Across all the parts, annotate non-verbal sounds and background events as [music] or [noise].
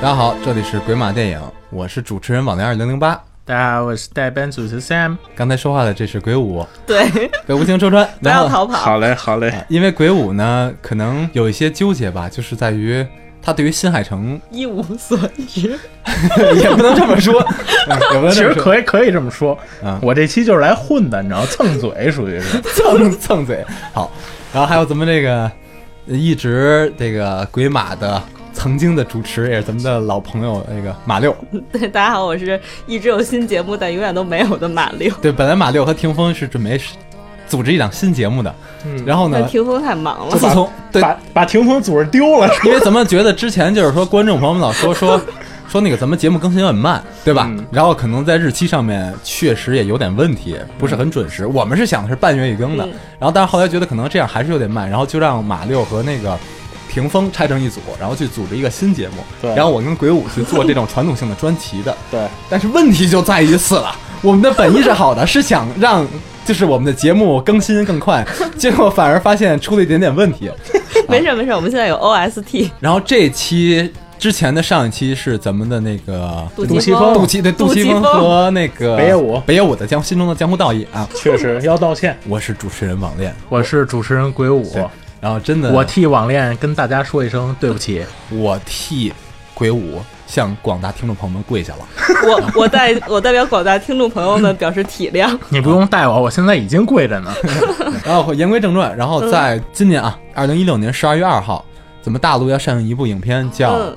家好，这里是鬼马电影，我是主持人网恋二零零八。大家好，我是代班主持 Sam。刚才说话的这是鬼舞， [laughs] 对，被无情戳穿。 [laughs] 不然要后，逃跑。好嘞，好嘞，因为鬼舞呢，可能有一些纠结吧，就是在于他对于新海 [laughs] 诚一无所知，也不能这么 [laughs] 说，嗯也不能呃其这实么说，可以可以这么说嗯，我这期就是来混的，你知道，蹭嘴属于是。蹭蹭嘴。好，然后还有咱们这个一直这个鬼马的曾经的主持，也是咱们的老朋友那个马六。对，大家好，我是一直有新节目但永远都没有的马六。对，本来马六和霆锋是准备组织一档新节目的，嗯然后那呢，霆锋太忙自了，从对把把霆锋组织丢了， [laughs] 因为咱们觉得之前就是说，观众朋友们老说 [laughs] 说说那个咱们节目更新有点慢，对吧？嗯然后可能在日期上面确实也有点问题，不是很准嗯时。我们是想的是半月一更的，嗯然后但是后来觉得可能这样还是有点慢，然后就让马六和那个。霆锋拆成一组，然后去组织一个新节目，对然后我跟鬼舞去做这种传统性的专题的，对，但是问题就在于此了， [laughs] 我们的本意是好的，是想让就是我们的节目更新更快，结果反而发现出了一点点问题，没事没事，我们现在有 [laughs] OST，然后这期之前的上一期是咱们的那个杜杜琪琪峰杜琪对杜杜琪琪峰峰和那个北野武北野武的江心中的江湖道义啊，确实要道歉。我是主持人网恋， [laughs] 我是主持人鬼舞对然后真的我替网恋跟大家说一声对不 [laughs] 起。我替鬼舞向广大听众朋友们跪下了，我我代我代表广大听众朋友们表示体谅。你不用带我，我现在已经跪着呢。然后言归正传，然后在今年啊，二零一六年十二月二号，咱们大陆要上映一部影片叫嗯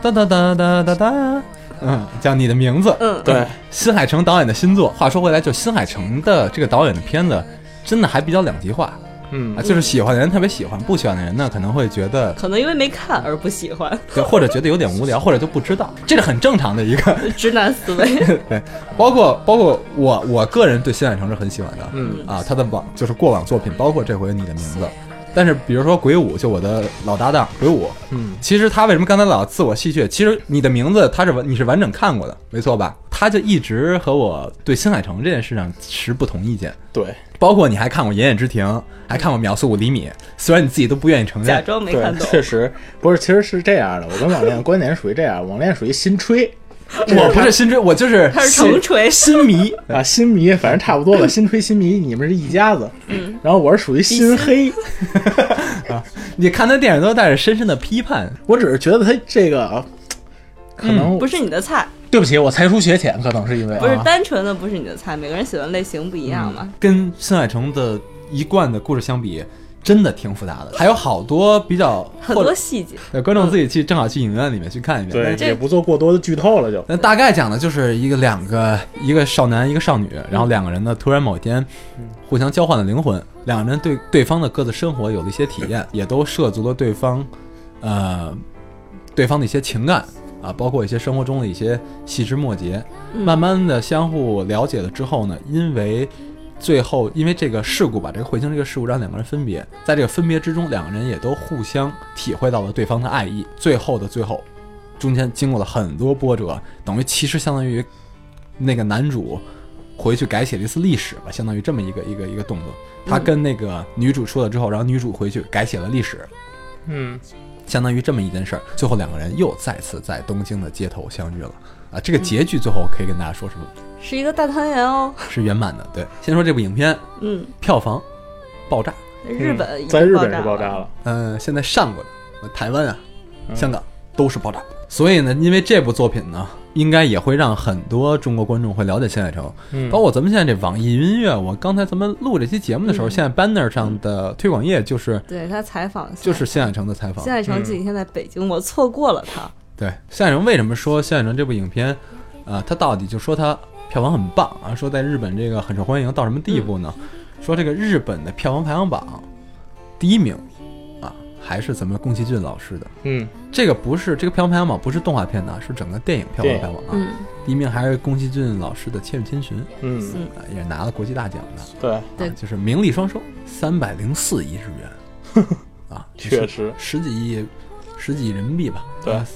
哒哒哒哒哒哒，嗯，叫你的名字，嗯， [laughs] 对，新海诚导演的新作。话说回来，就新海诚的这个导演的片子，真的还比较两极化 [laughs] 嗯啊，，就是喜欢的人特别喜欢，不喜欢的人呢可能会觉得，可能因为没看而不喜欢，对，或者觉得有点无聊，或者就不知道，这是很正常的一个。直男思维。对，包括包括我我个人对新海诚是很喜欢的，嗯啊，他的往就是过往作品，包括这回你的名字。但是比如说鬼舞，就我的老搭档鬼舞，嗯，其实他为什么刚才老自我戏谑？其实你的名字他是完你是完整看过的，没错吧？他就一直和我对新海诚这件事上持不同意见，对，包括你还看过《言叶之庭》，还看过《秒速五厘米》，虽然你自己都不愿意承假认。装没对看，懂，确实不是，其实是这样的。我跟网恋观点属于这样， [laughs] 网恋属于新吹我不是新追，我就是他是新重锤新迷。 [laughs] [laughs] 啊，新迷，反正差不多吧。新吹新迷，你们是一家子。嗯，然后我是属于新黑，你看他电影都带着深深的批判，我只是觉得他这个啊，可能、不是你的菜，对不起，我才疏学浅，可能是因为不是啊嗯单纯的不是你的菜，每个人喜欢类型不一样嘛。跟新海诚的一贯的故事相比，真的挺复杂的，还有好多比较很或多者细节，对观众自己去正好去影院里面去看一遍。对，这也不做过多的剧透了就，那大概讲的就是一个两个一个少男一个少女，然后两个人呢突然某一天互相交换了灵魂，两个人对对方的各自生活有了一些体验，也都涉足了对方，呃，对方的一些情感啊，包括一些生活中的一些细枝末节。慢慢的相互了解了之后呢，因为最后因为这个事故吧，这个彗星这个事故让两个人分别，在这个分别之中，两个人也都互相体会到了对方的爱意。最后的最后，中间经过了很多波折，等于其实相当于那个男主回去改写了一次历史吧，相当于这么一个一个一个动作。他跟那个女主说了之后，然后女主回去改写了历史，嗯，相当于这么一件事儿。最后两个人又再次在东京的街头相遇了。啊，这个结局最后可以跟大家说是是一个大团圆哦。是圆满的。对，先说这部影片嗯，票房爆炸，日本已嗯经在日本是爆了炸了，嗯、现在上过的台湾啊、嗯香港都是爆炸。所以呢，因为这部作品呢，应该也会让很多中国观众会了解新海诚，嗯包括咱们现在这网易云音乐。我刚才咱们录这期节目的时候，嗯现在 banner 上的推广页就是对他采访就就是新海诚的采访新。海诚这嗯几天在北京，我错过了他。对，新海诚为什么说新海诚这部影片，啊、他到底就说他票房很棒啊，说在日本这个很受欢迎到什么地步呢？嗯说这个日本的票房排行榜第一名啊，还是咱们宫崎骏老师的。嗯，这个不是这个票房排行榜不是动画片的啊，是整个电影票房排行榜啊。嗯，第一名还是宫崎骏老师的《千与千寻》嗯，啊，也拿了国际大奖的，对，对啊、就是名利双收，三百零四亿日元 [laughs] 啊，确实，十几亿，十几亿人民币吧，对啊，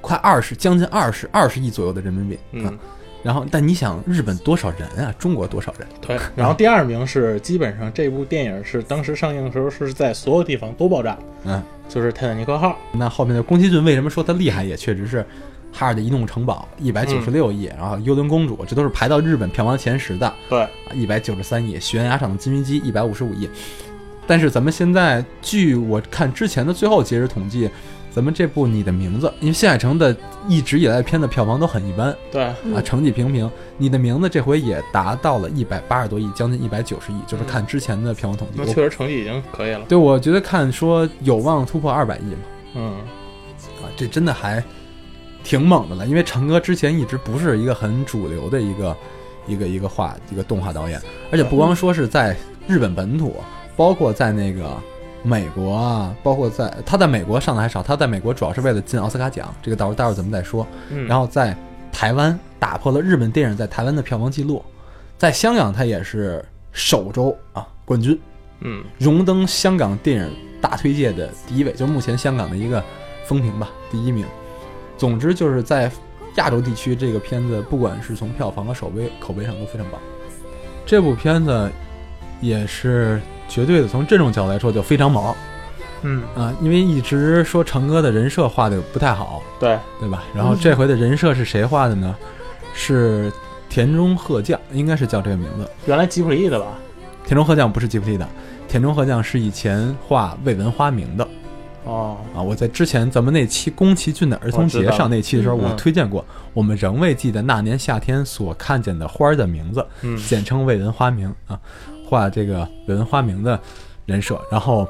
快二十，将近二十，二十亿左右的人民币。啊嗯，，然后但你想，日本多少人啊？中国多少人？对。然后第二名是基本上这部电影是当时上映的时候是在所有地方都爆炸，嗯，就是《泰坦尼克号那后面的宫崎骏为什么说他厉害，也确实是哈尔的移动城堡一百九十六嗯亿，然后幽灵公主，这都是排到日本票房前十的，对，一百九十三亿，悬崖上的金鱼姬一百五十五亿。但是咱们现在，据我看之前的最后截止统计，咱们这部《你的名字》，因为新海诚的一直以来的片子票房都很一般对，啊，嗯成绩平平。《你的名字》这回也达到了一百八十多亿，将近一百九十亿，就是看之前的票房统计。嗯那我确实成绩已经可以了。对，我觉得看说有望突破二百亿嘛，嗯，啊，这真的还挺猛的了。因为陈哥之前一直不是一个很主流的一个一个一个画一个动画导演，而且不光说是在日本本土，包括在那个美国啊，包括在他在美国上的还少，他在美国主要是为了进奥斯卡奖，这个到时候待会儿咱们再说。嗯然后在台湾打破了日本电影在台湾的票房记录，在香港他也是首周啊冠军。嗯，荣登香港电影大推介的第一位，就是目前香港的一个风评吧，第一名。总之就是在亚洲地区，这个片子不管是从票房和口碑口碑上都非常棒。这部片子也是绝对的，从这种角度来说就非常毛啊、啊嗯，因为一直说成哥的人设画的不太好，对，对吧？然后这回的人设是谁画的呢？是田中鹤将，应该是叫这个名字。原来吉卜力的吧？田中鹤将不是吉卜力的，田中鹤将是以前画未闻花名的哦，啊。我在之前咱们那期宫崎骏的儿童我知节道上那期的时候，嗯我推荐过，我们仍未记得那年夏天所看见的花儿的名字，嗯简称未闻花名啊，画这个未闻花名的人设，然后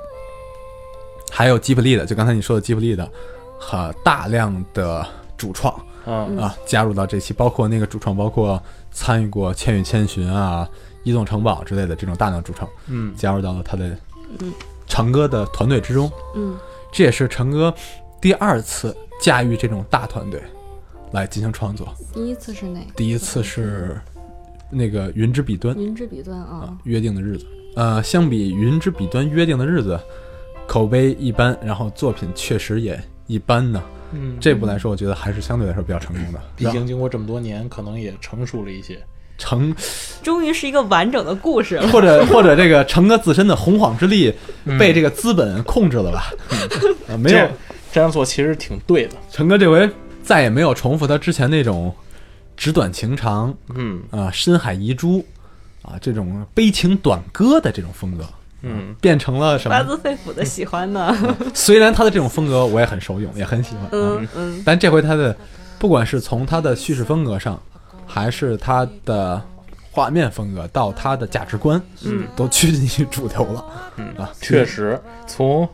还有吉卜力的，就刚才你说的吉卜力的，和、大量的主创。嗯啊，加入到这期，包括那个主创，包括参与过《千与千寻》啊、《移动城堡》之类的这种大量主创，嗯加入到了他的嗯成哥的团队之中。嗯这也是成哥第二次驾驭这种大团队来进行创作，第一次是哪个？第一次是那个《云之彼端》云之彼端啊嗯啊，， 《约定的日子》。呃，相比《云之彼端》《约定的日子》，口碑一般，然后作品确实也一般呢。嗯，这部来说，我觉得还是相对来说比较成功的。毕竟经过这么多年，可能也成熟了一些。成终于是一个完整的故事了。或者 [laughs] 或者这个成哥自身的洪荒之力嗯被这个资本控制了吧？ [laughs] 啊，没这有，这样做其实挺对的。成哥这回再也没有重复他之前那种纸短情长嗯啊、深海遗珠啊这种悲情短歌的这种风格，啊嗯，变成了什发么？自肺腑的喜欢呢， [laughs] 虽然他的这种风格我也很受用，也很喜欢，啊嗯嗯但这回他的不管是从他的叙事风格上，还是他的画面风格到他的价值观，嗯，都趋近于主流了，嗯啊，确实，从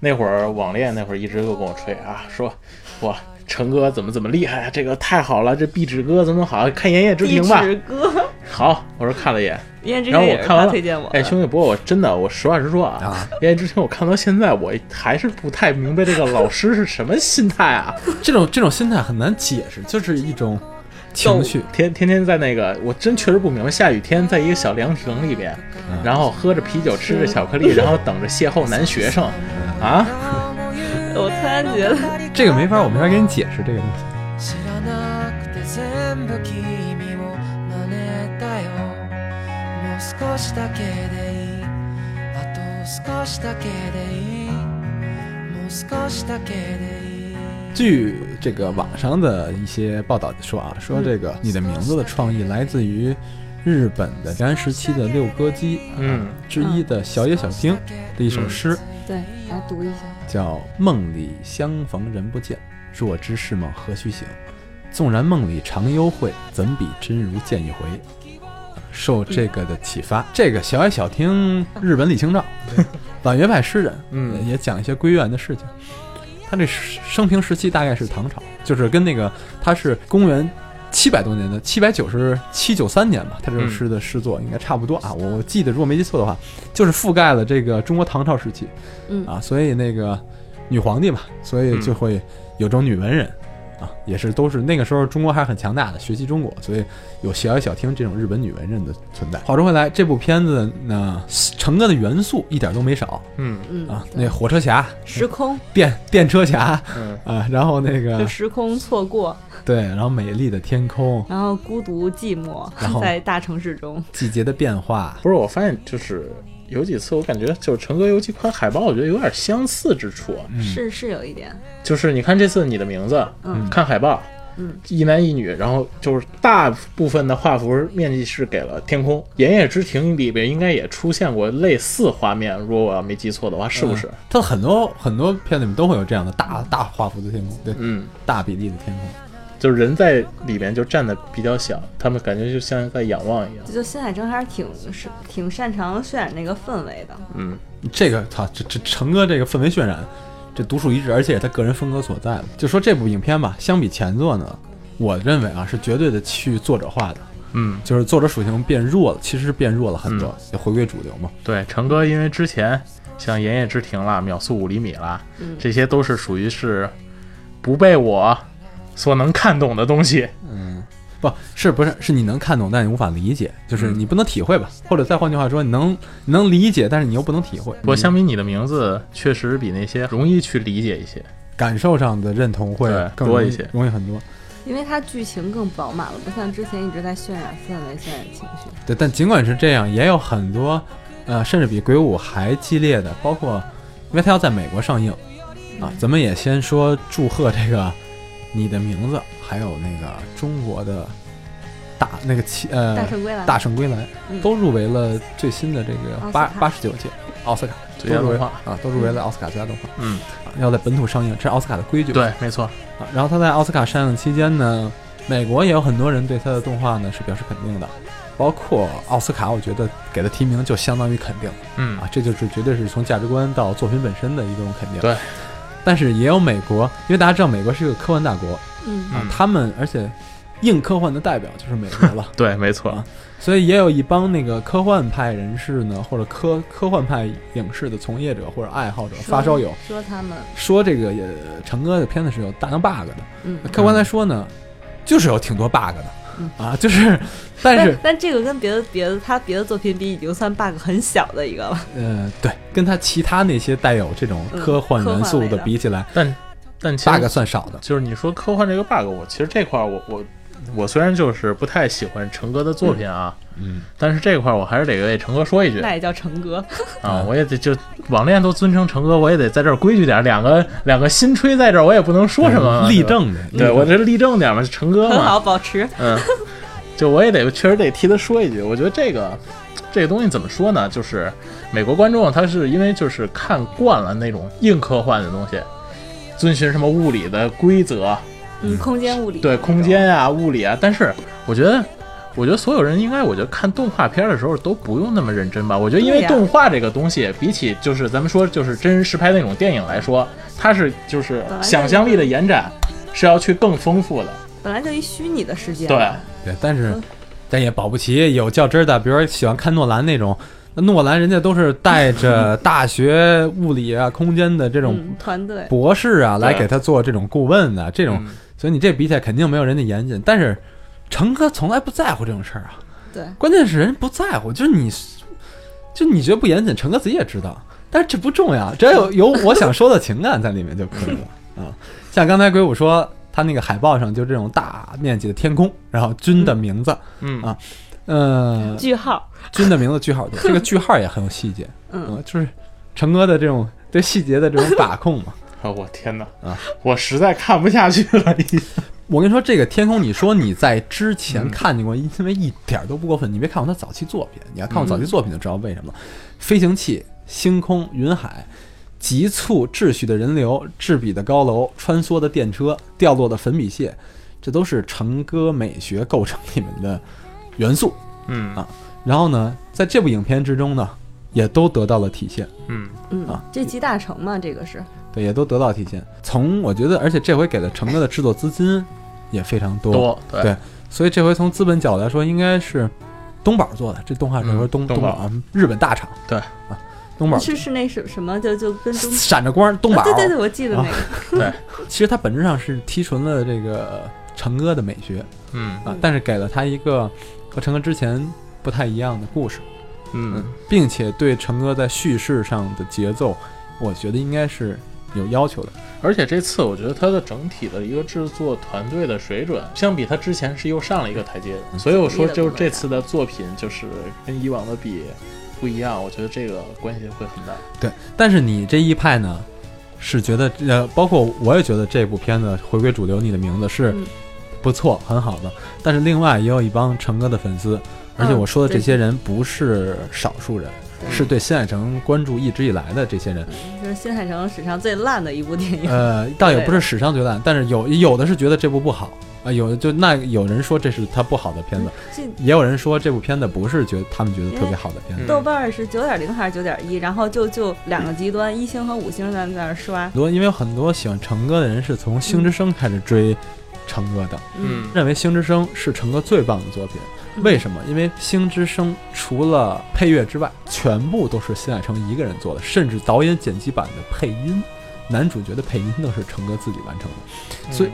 那会儿网恋那会儿一直都跟我吹啊，说哇，陈哥怎么怎么厉害啊，这个太好了，这壁纸哥怎么好，看《言叶之一庭》吧。纸 [laughs] 歌，好，我说看了一眼，因为这然后些也我是看完他了，推荐我的。哎，兄弟，不过我真的，我实话实说啊， [laughs] 啊言叶之庭》我看到现在，我还是不太明白这个老师是什么心态啊。这种这种心态很难解释，就是一种情绪。天天天在那个，我真确实不明白。下雨天在一个小凉亭里边，然后喝着啤酒，吃着巧克力，嗯然后等着邂逅男学生，啊，我突然觉得 [laughs] 这个没法，我没法给你解释这个东西。知らなくて全部君を真似たよもう少しだけでいいあと少しだけでいいもう少しだけでいい据这个网上的一些报道说啊，说这个你的名字的创意来自于日本的平安时期的六歌姬啊嗯之一的小野小町的一首诗，对，来读一下。叫《梦里相逢人不见，若知是梦何须醒？纵然梦里常幽会，怎比真如见一回？”受这个的启发，这个小野小町，日本李清照，婉约派诗人，嗯也讲一些归元的事情。他这生平时期大概是唐朝，就是跟那个他是公元七百多年的七百九十七九三年吧，他这首嗯诗的诗作应该差不多啊。我我记得如果没记错的话，就是覆盖了这个中国唐朝时期，嗯啊，所以那个女皇帝嘛，所以就会有种女文人。啊，也是都是那个时候中国还是很强大的，学习中国，所以有小野小町这种日本女文人的存在。话说回来，这部片子呢，成哥的元素一点都没少嗯嗯啊，对那火车侠、时空电电车侠嗯啊，然后那就个时空错过，对，然后美丽的天空、然后孤独寂寞然后，在大城市中，季节的变化，不是，我发现就是有几次我感觉就是陈哥、尤其宽海报，我觉得有点相似之处。是是有一点，就是你看这次你的名字，嗯看海报，嗯，一男一女，然后就是大部分的画幅面积是给了天空。《炎夜之庭》里边应该也出现过类似画面，如果我要没记错的话，是嗯不是？它很多很多片里面都会有这样的大大画幅的天空，对，嗯，大比例的天空。就是人在里面就站的比较小，他们感觉就像在仰望一样。就新海诚还是挺是挺擅长渲染那个氛围的。嗯，这个操，这这成哥这个氛围渲染，这独树一帜，而且也他个人风格所在。就说这部影片吧，相比前作呢，我认为啊是绝对的去作者化的，嗯，就是作者属性变弱了，其实是变弱了很多，也回归主流嘛。对，成哥因为之前像《炎夜之庭》啦、《秒速五厘米》啦，嗯这些都是属于是不被我所能看懂的东西。不是不是是你能看懂，但你无法理解，就是嗯你不能体会吧？或者再换句话说，你能你能理解，但是你又不能体会。不过你相比你的名字，确实比那些容易去理解一些。感受上的认同会对更多容一易些容易很多。因为它剧情更饱满了，不像之前一直在渲染氛围、渲染情绪。嗯对，但尽管是这样，也有很多，呃，甚至比《鬼舞》还激烈的，包括，因为它要在美国上映，啊，咱们也先说祝贺这个你的名字，还有那个中国的大那个七呃大圣归来，大圣归来嗯都入围了最新的这个奥斯八卡八十九届奥斯卡最佳都入围动画啊，都入围了奥斯卡最佳动画，嗯，啊要在本土上映，这是奥斯卡的规矩。对，没错。啊，然后他在奥斯卡上映期间呢，美国也有很多人对他的动画呢是表示肯定的，包括奥斯卡，我觉得给他提名就相当于肯定嗯啊，这就是绝对是从价值观到作品本身的一种肯定。对，但是也有美国，因为大家知道美国是一个科幻大国嗯啊嗯，，他们而且硬科幻的代表就是美国了 [laughs] 对，没错啊。所以也有一帮那个科幻派人士呢，或者科科幻派影视的从业者或者爱好者发烧友。说他们，说这个也成哥的片子是有大量 bug 的，嗯，客观来说呢，就是有挺多 bug 的、嗯啊，就是，但是但但这个跟别的别的他别的作品比，已经算 bug 很小的一个了。呃，对，跟他其他那些带有这种嗯科幻元素科幻类的比起来、但但其 b u 实 g 算少的。就是你说科幻这个 bug，我其实这块儿我我我虽然就是不太喜欢成哥的作品啊，嗯，但是这块儿我还是得为成哥说一句那也叫 [laughs] 成哥，啊，嗯我也得就网恋都尊称成哥，我也得在这儿规矩点儿，两个两个新吹在这儿，我也不能说什么嘛嗯立。对吧正的？对我这立正点儿嘛，成哥很嘛，好保持。嗯，就我也得确实得替他说一句，我觉得这个这个东西怎么说呢？就是美国观众他是因为就是看惯了那种硬科幻的东西，遵循什么物理的规则，嗯，空间物理，对空，间啊、物理啊，但是我觉得。我觉得所有人应该，我觉得看动画片的时候都不用那么认真吧。我觉得，因为对呀动画这个东西，比起就是咱们说就是真人实拍那种电影来说，它是就是本来就是想象力的延展是要去更丰富的。本来就一虚拟的世界。对，对，但是、嗯但也保不齐有较真儿的，比如说喜欢看诺兰那种。那诺兰人家都是带着 [laughs] 大学物理啊、空间的这种嗯，团队博士啊，来对给他做这种顾问的、这种，嗯所以你这比起来肯定没有人家严谨。但是成哥从来不在乎这种事儿啊，对。关键是人不在乎，就是你，就你觉得不严谨，成哥自己也知道，但是这不重要，只要有有我想说的情感在里面就可以了啊。像刚才鬼舞说，他那个海报上就这种大面积的天空，然后君的名字，嗯啊呃，句号，君的名字句号对，这个句号也很有细节，嗯，嗯，就是成哥的这种对细节的这种把控嘛。啊，我天哪！啊，我实在看不下去了，已经。我跟你说，这个天空，你说你在之前看见过，因为一点儿都不过分。你没看过他早期作品，你要看过早期作品就知道为什么了。飞行器、星空、云海，急促秩序的人流，质笔的高楼，穿梭的电车，掉落的粉笔屑，这都是成歌美学构成里面的元素。嗯啊然后呢，在这部影片之中呢，也都得到了体现。嗯啊嗯，这集大成嘛，这个是，对，也都得到体现。从我觉得，而且这回给了成哥的制作资金也非常多，多嗯对对所以这回从资本角度来说，应该是东宝做的。这动画这回嗯东、东东宝啊，日本大厂对啊，东宝是是那什什么，就就跟中，闪着光，东宝、啊 [laughs] 对对对，我记得那个，啊对，其实它本质上是提纯了这个成哥的美学嗯啊嗯，但是给了他一个和成哥之前不太一样的故事，嗯，并且对成哥在叙事上的节奏，我觉得应该是有要求的。而且这次我觉得它的整体的一个制作团队的水准，相比它之前是又上了一个台阶的，所以我说就是这次的作品就是跟以往的比，不一样，我觉得这个关系会很大。对，但是你这一派呢，是觉得呃，包括我也觉得这部片子回归主流，你的名字是嗯不错、很好的。但是另外也有一帮陈哥的粉嗯丝，而且我说的这些人不是少数人，对是对新海诚关注一直以来的这些人。就是新海诚史上最烂的一部电影。呃，倒也不是史上最烂，但是有有的是觉得这部不好啊、有的就那有人说这是他不好的片子，这也有人说这部片子不是觉得他们觉得特别好的片子。嗯豆瓣儿是九点零还是九点一？然后就就两个极端，一星和五星在在那儿刷很。多因为有很多喜欢成哥的人是从《星之声》开始追成哥的，嗯认为《星之声》是成哥最棒的作品。嗯为什么？因为《星之声》除了配乐之外，全部都是新海诚一个人做的，甚至导演、剪辑版的配音、男主角的配音都是成哥自己完成的。所以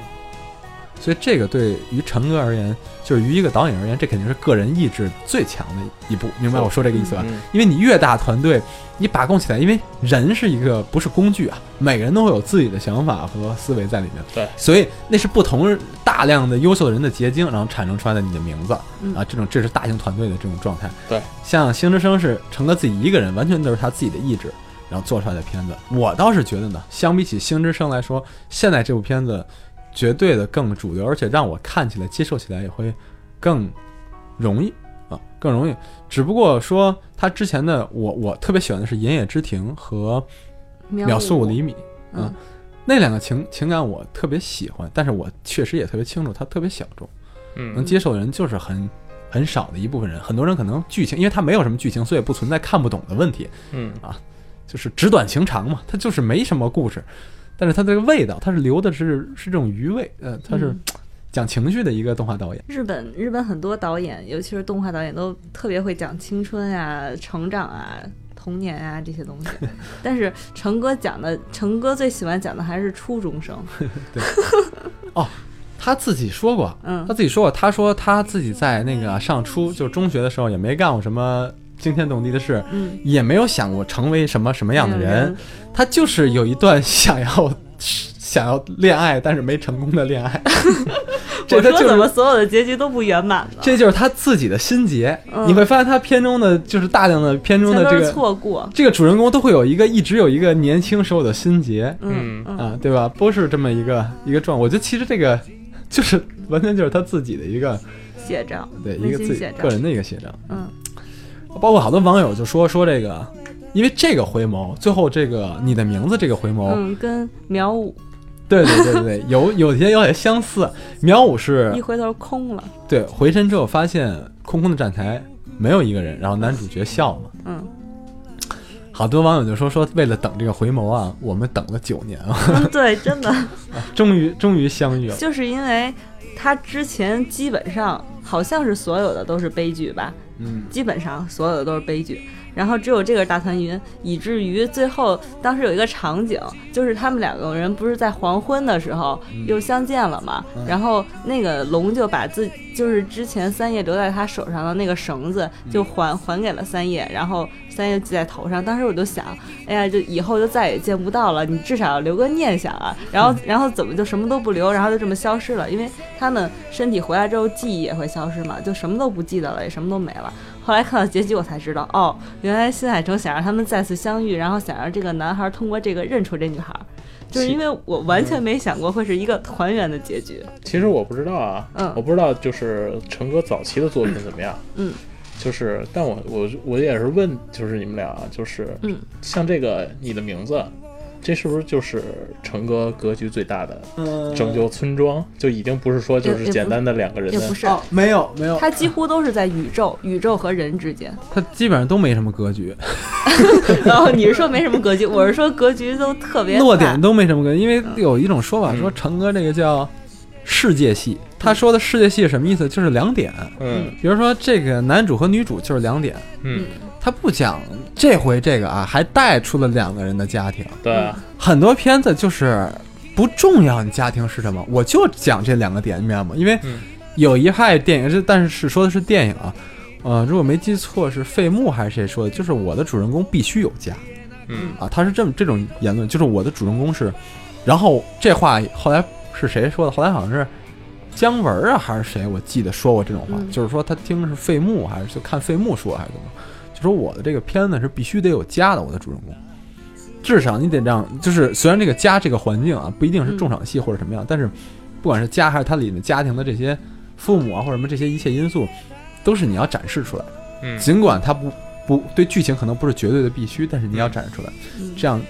所以这个对于成哥而言，就是于一个导演而言，这肯定是个人意志最强的一步。明白我说这个意思吧？嗯因为你越大团队，你把控起来，因为人是一个不是工具啊，每个人都会有自己的想法和思维在里面。对所以那是不同人大量的优秀的人的结晶，然后产生出来的你的名字、嗯啊，这种这是大型团队的这种状态。对，像《星之声》是成哥自己一个人，完全都是他自己的意志。然后做出来的片子，我倒是觉得呢，相比起《星之声》来说，现在这部片子绝对的更主流，而且让我看起来、接受起来也会更容易啊，更容易。只不过说他之前的我，我特别喜欢的是《岩野之庭》和《秒速五厘米》啊，嗯那两个情情感我特别喜欢，但是我确实也特别清楚，它特别小众，能嗯接受的人就是很。很少的一部分人，很多人可能剧情，因为它没有什么剧情，所以不存在看不懂的问题，嗯就是纸短情长嘛，它就是没什么故事，但是它这个味道，它是留的是是这种余味，呃，它是嗯讲情绪的一个动画导演。日本日本很多导演，尤其是动画导演，都特别会讲青春啊、成长啊、童年啊这些东 [laughs] 西。但是成哥讲的，成哥最喜欢讲的还是初中生。他自己说过，啊嗯他自己说过，他说他自己在那个上初就是中学的时候也没干过什么惊天动地的事，嗯，也没有想过成为什么什么样的那样人，他就是有一段想要想要恋爱但是没成功的恋爱， [laughs] 这我他说就怎么是。所有的结局都不圆满呢？这就是他自己的心结，嗯你会发现他片中的就是大量的片中全的都这是个错过。这个主人公都会有一个一直有一个年轻时候的心结，嗯嗯啊，对吧？都是这么一个一个状，我觉得其实这个就是完全就是他自己的一个写照，对一内个心自己写照个。人的一个写照。嗯，包括好多网友就说说这个，因为这个回眸，最后这个你的名字这个回眸，嗯，跟苗舞对对对对对，有有些有点相似。苗舞是啊一回头空了，对回身之后发现空空的站台没有一个人，然后男主角笑嘛。嗯， [laughs] 好多网友就说说为了等这个回眸啊，我们等了九年啊，嗯对，真的 [laughs] 终于终于相遇了。就是因为他之前基本上好像是所有的都是悲剧吧，嗯，基本上所有的都是悲剧，然后只有这个是大团圆，以至于最后当时有一个场景，就是他们两个人不是在黄昏的时候又相见了嘛，然后那个龙就把自就是之前三叶留在他手上的那个绳子就还、还给了三叶，然后三叶系在头上，当时我就想，哎呀，就以后就再也见不到了，你至少要留个念想啊，然后然后怎么就什么都不留，然后就这么消失了，因为他们身体回来之后记忆也会消失嘛，就什么都不记得了，也什么都没了。后来看到结局，我才知道，哦，原来新海诚想让他们再次相遇，然后想让这个男孩通过这个认出这女孩，就是因为我完全没想过会是一个团圆的结局。其实我不知道啊，嗯我不知道就是陈哥早期的作品怎么样，嗯，就是，但我我我也是问，就是你们俩啊，就是，嗯，像这个你的名字，这是不是就是陈哥格局最大的嗯拯救村庄？就已经不是说就也也是不简单的两个人也的，不是，哦，没有没有，他几乎都是在宇宙、宇宙和人之间。他基本上都没什么格局，然后你是说没什么格局，我是说格局都特别落大点都没什么格局。因为有一种说法嗯说成哥这个叫世界系，他说的世界系是什么意思？就是两点，嗯比如说这个男主和女主就是两点，嗯，他不讲这回这个啊，还带出了两个人的家庭。嗯对啊，很多片子就是不重要你家庭是什么，我就讲这两个点，你明白吗？因为嗯有一派电影是，但是是说的是电影啊，呃，如果没记错是费穆还是谁说的，就是我的主人公必须有家嗯啊，他是这么这种言论，就是我的主人公是，然后这话后来是谁说的？后来好像是。姜文啊，还是谁？我记得说过这种话，嗯就是说他听是费穆，还是就看费穆说，还是怎么？就他说我的这个片子是必须得有家的，我的主人公，至少你得让，就是虽然这个家这个环境啊不一定是重场戏或者什么样，但是不管是家还是它里面家庭的这些父母啊或者什么这些一切因素，都是你要展示出来的。嗯尽管它不不对剧情可能不是绝对的必须，但是你要展示出来，嗯这样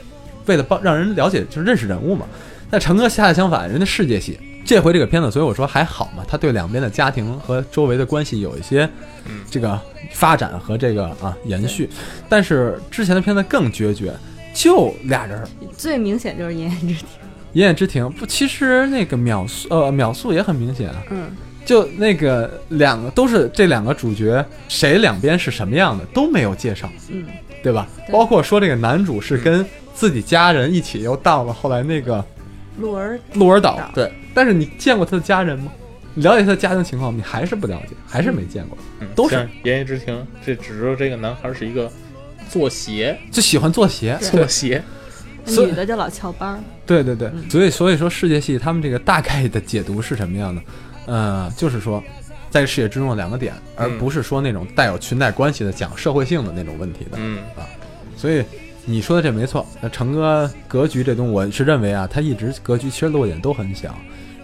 为了帮让人了解就是认识人物嘛。那成哥恰恰相反，人家世界戏。这回这个片子，所以我说还好嘛，他对两边的家庭和周围的关系有一些嗯这个发展和这个啊延续，但是之前的片子更决绝，就俩人儿最明显就是言言之体，一念之庭不，其实那个秒速呃秒速也很明显啊，嗯，就那个两个都是这两个主角谁两边是什么样的都没有介绍，嗯，对吧？对包括说这个男主是跟自己家人一起又到了后来那个鹿儿鹿儿岛岛，对，但是你见过他的家人吗？你了解他的家庭情况，你还是不了解，还是没见过，嗯都是像言叶之庭，这只知道这个男孩是一个做鞋，嗯就喜欢做鞋，做鞋，所以女的就老翘班儿，对对对，嗯所以所以说世界系他们这个大概的解读是什么样的？呃，就是说，在世界之中的两个点，而嗯不是说那种带有裙带关系的讲社会性的那种问题的。嗯所以你说的这没错。那成哥格局这东西，我是认为啊，他一直格局其实落点都很小，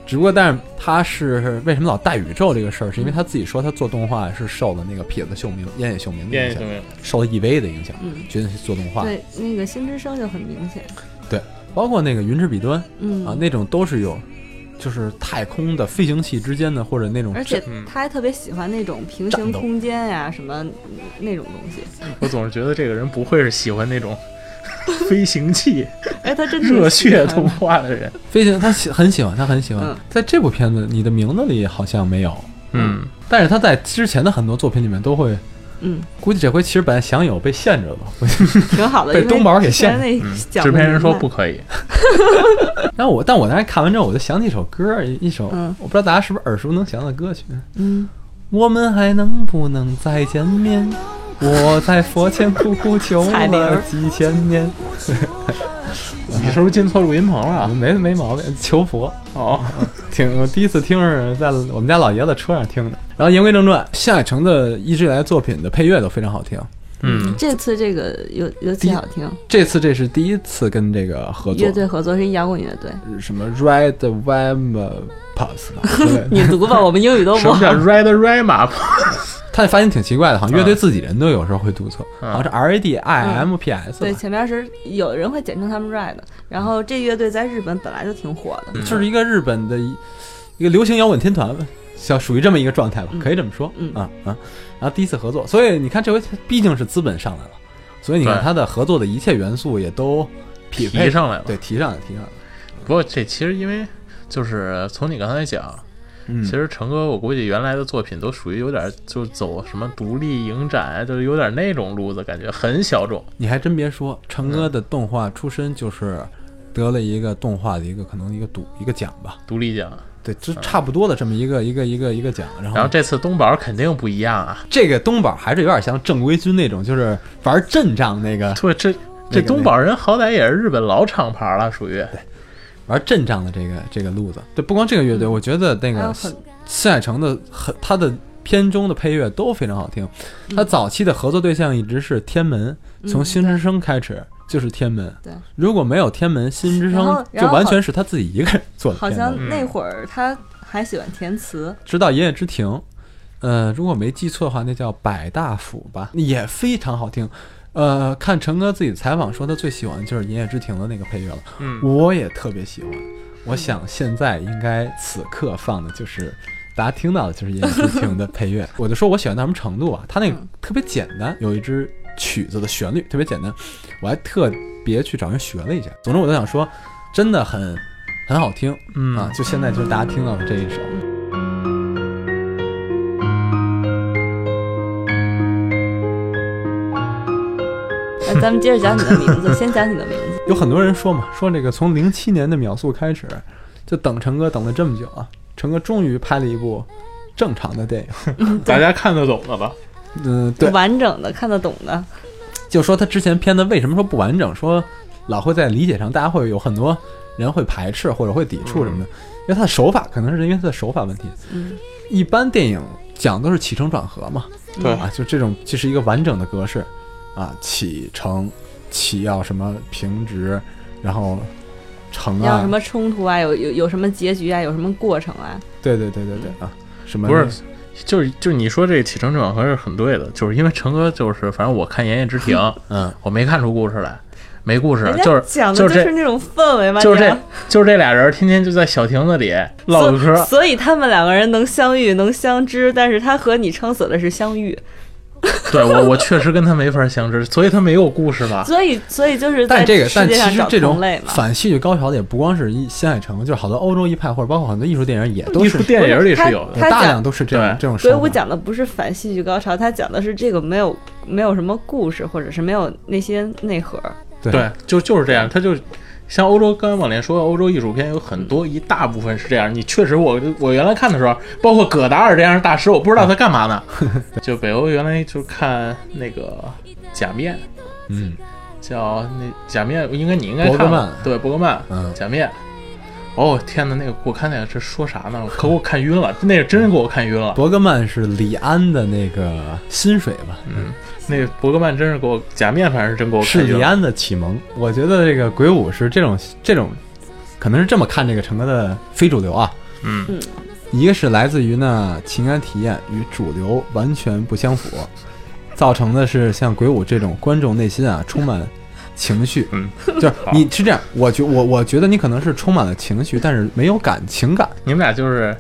只不过但是他是为什么老带宇宙这个事儿，是因为他自己说他做动画是受了那个痞子秀明、烟野秀明的言影叶响之，庭，受了 EV 的影响，嗯，决定去做动画。对，那个心之声就很明显，对，包括那个云之彼端，嗯啊，那种都是有，就是太空的飞行器之间的，或者那种而且嗯他还特别喜欢那种平行战斗空间呀、什么那种东西，我总是觉得这个人不会是喜欢那 [laughs] 种飞行器、哎，他真的热喜血欢动画的人。飞行，他喜很喜欢，他很喜欢。嗯在这部片子，你的名字里好像没有，嗯，但是他在之前的很多作品里面都会，嗯，估计这回其实本来想有被限制了，挺好的，被因为东宝给之前限那嗯讲制不片人说明白不，可以，然后我，但我当时看完之后，我就想起一首歌，一一首、嗯我不知道大家是不是耳熟能详的歌曲，嗯，我们还能不能再见面？我在佛前苦苦求 [laughs] 彩铃了儿几千年，你是不是进错录音棚啊，了？没没毛病，求佛。哦，挺我第一次听是在我们家老爷子车上听的。然后言归正传，夏海城的一直以来作品的配乐都非常好听。嗯，这次这个尤尤第其一好听，这次这是第一次跟这个合作呃乐队合作是一摇滚乐队，什么 Red Vampus， [laughs] [laughs] 你读吧，我们英语都什不么叫好， Red Rap？他的发音挺奇怪的，好像嗯乐队自己人都有时候会读错，嗯好像是 R A D I M P S，啊 [laughs] 对，前面是有人会简称他们 Red，然后这乐队在日本本来就挺火嗯的，就是一个日本的一一个流行摇滚天团吧，像属于这么一个状态吧，嗯可以这么说，嗯啊啊。然后第一次合作，所以你看这回毕竟是资本上来了，所以你看对他的合作的一切元素也都匹配提上来了。对，提上来，提上来。不过这其实因为就是从你刚才讲，嗯其实成哥我估计原来的作品都属于有点就走什么独立影展，就是有点那种路子，感觉很小众。你还真别说，成哥的动画出身就是得了一个动画的一个可能一个赌一个奖吧，独立奖，对，这啊差不多的这么一个一个一个一个奖。然然后后这次东宝肯定不一样啊！这个东宝还是有点像正规军那种，就是玩阵仗那个对，这那这个东宝人好歹也是日本老厂牌了，属于玩阵仗的这个这个路子。对，不光这个乐队，我觉得那嗯还有个很新海诚的很他的片中的配乐都非常好听。嗯他早期的合作对象一直是天门，从新之声开始就是天门。对，如果没有天门，新之然后声然就后完好全是他自己一个人做的好片子。像嗯那会儿他还喜欢填词，直到《一夜之庭》，呃，如果没记错的话，那叫《百大府》吧，也非常好听。呃，看陈哥自己采访说，他最喜欢的就是《一夜之庭》的那个配乐了。嗯我也特别喜欢。我想现在应该此刻放的就是大家听到的就是《一夜之庭》的配乐。我就说我喜欢到什么程度啊？他那个嗯特别简单，有一支曲子的旋律特别简单，我还特别去找人学了一下。总之，我就想说，真的很很好听。嗯啊，就现在就是大家听到的这一首。哎咱们接着讲你的 [laughs] 名字，先讲你的名字。有很多人说嘛，说这个从零七年的秒速开始，就等成哥等了这么久啊，成哥终于拍了一部正常的电影。大家看得懂了吧？嗯，对，完整的、看得懂的，就说他之前片子为什么说不完整，说老会在理解上大家会有很多人会排斥或者会抵触什么的，因为他的手法可能是因为他的手法问题。嗯，一般电影讲都是起承转合嘛，对啊，就这种就是一个完整的格式。啊，起承起要什么平直，然后嗯承要啊什，么冲突啊，有有有什么结局啊，有什么过程啊，对对对对对啊，什么，不是，就是就是你说这起承转合是很对的，就是因为成哥就是，反正我看《言叶之庭》嗯，我没看出故事来，没故事人，家就是讲的就是是这那种氛围嘛，就是你这知道就是这俩人天天就在小亭子里唠个所嗑，所以他们两个人能相遇，能相知，但是他和你撑死了是相遇，对我我确实跟他没法相知，所以他没有故事嘛。所以所以就是在啊但这个，世但界其上实找这种同类嘛。反戏剧高潮的也不光是一新海诚，就是好多欧洲一派或者包括很多艺术电影也都艺是术电影里是有的，大他量讲都是这样对这种手所以法。我讲的不是反戏剧高潮，他讲的是这个没有没有什么故事，或者是没有那些内核。对对，就就是这样，他就像欧洲，刚才网恋说，欧洲艺术片有很多一大部分是这样。你确实我，我原来看的时候，包括葛达尔这样的大师，我不知道他干嘛呢。就北欧原来就看那个假面，嗯叫那假面，应该你应该伯格看曼过对伯格曼，嗯假面。哦天哪，那个我看那个是说啥呢？可给我看晕了，那是真给我看晕了。伯格曼是李安的那个薪水吧？嗯，那个伯格曼真是给我假面，反正是真给我是看晕李了。安的启蒙。我觉得这个鬼舞是这种这种，可能是这么看这个成哥的非主流啊。嗯，一个是来自于呢情感体验与主流完全不相符，造成的是像鬼舞这种观众内心啊充满情绪，嗯，就是你是这样，我觉我我觉得你可能是充满了情绪，但是没有感情感，你们俩就是